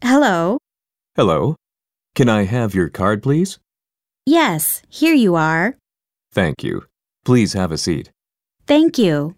Hello. Hello. Can I have your card, please? Yes, here you are. Thank you. Please have a seat. Thank you.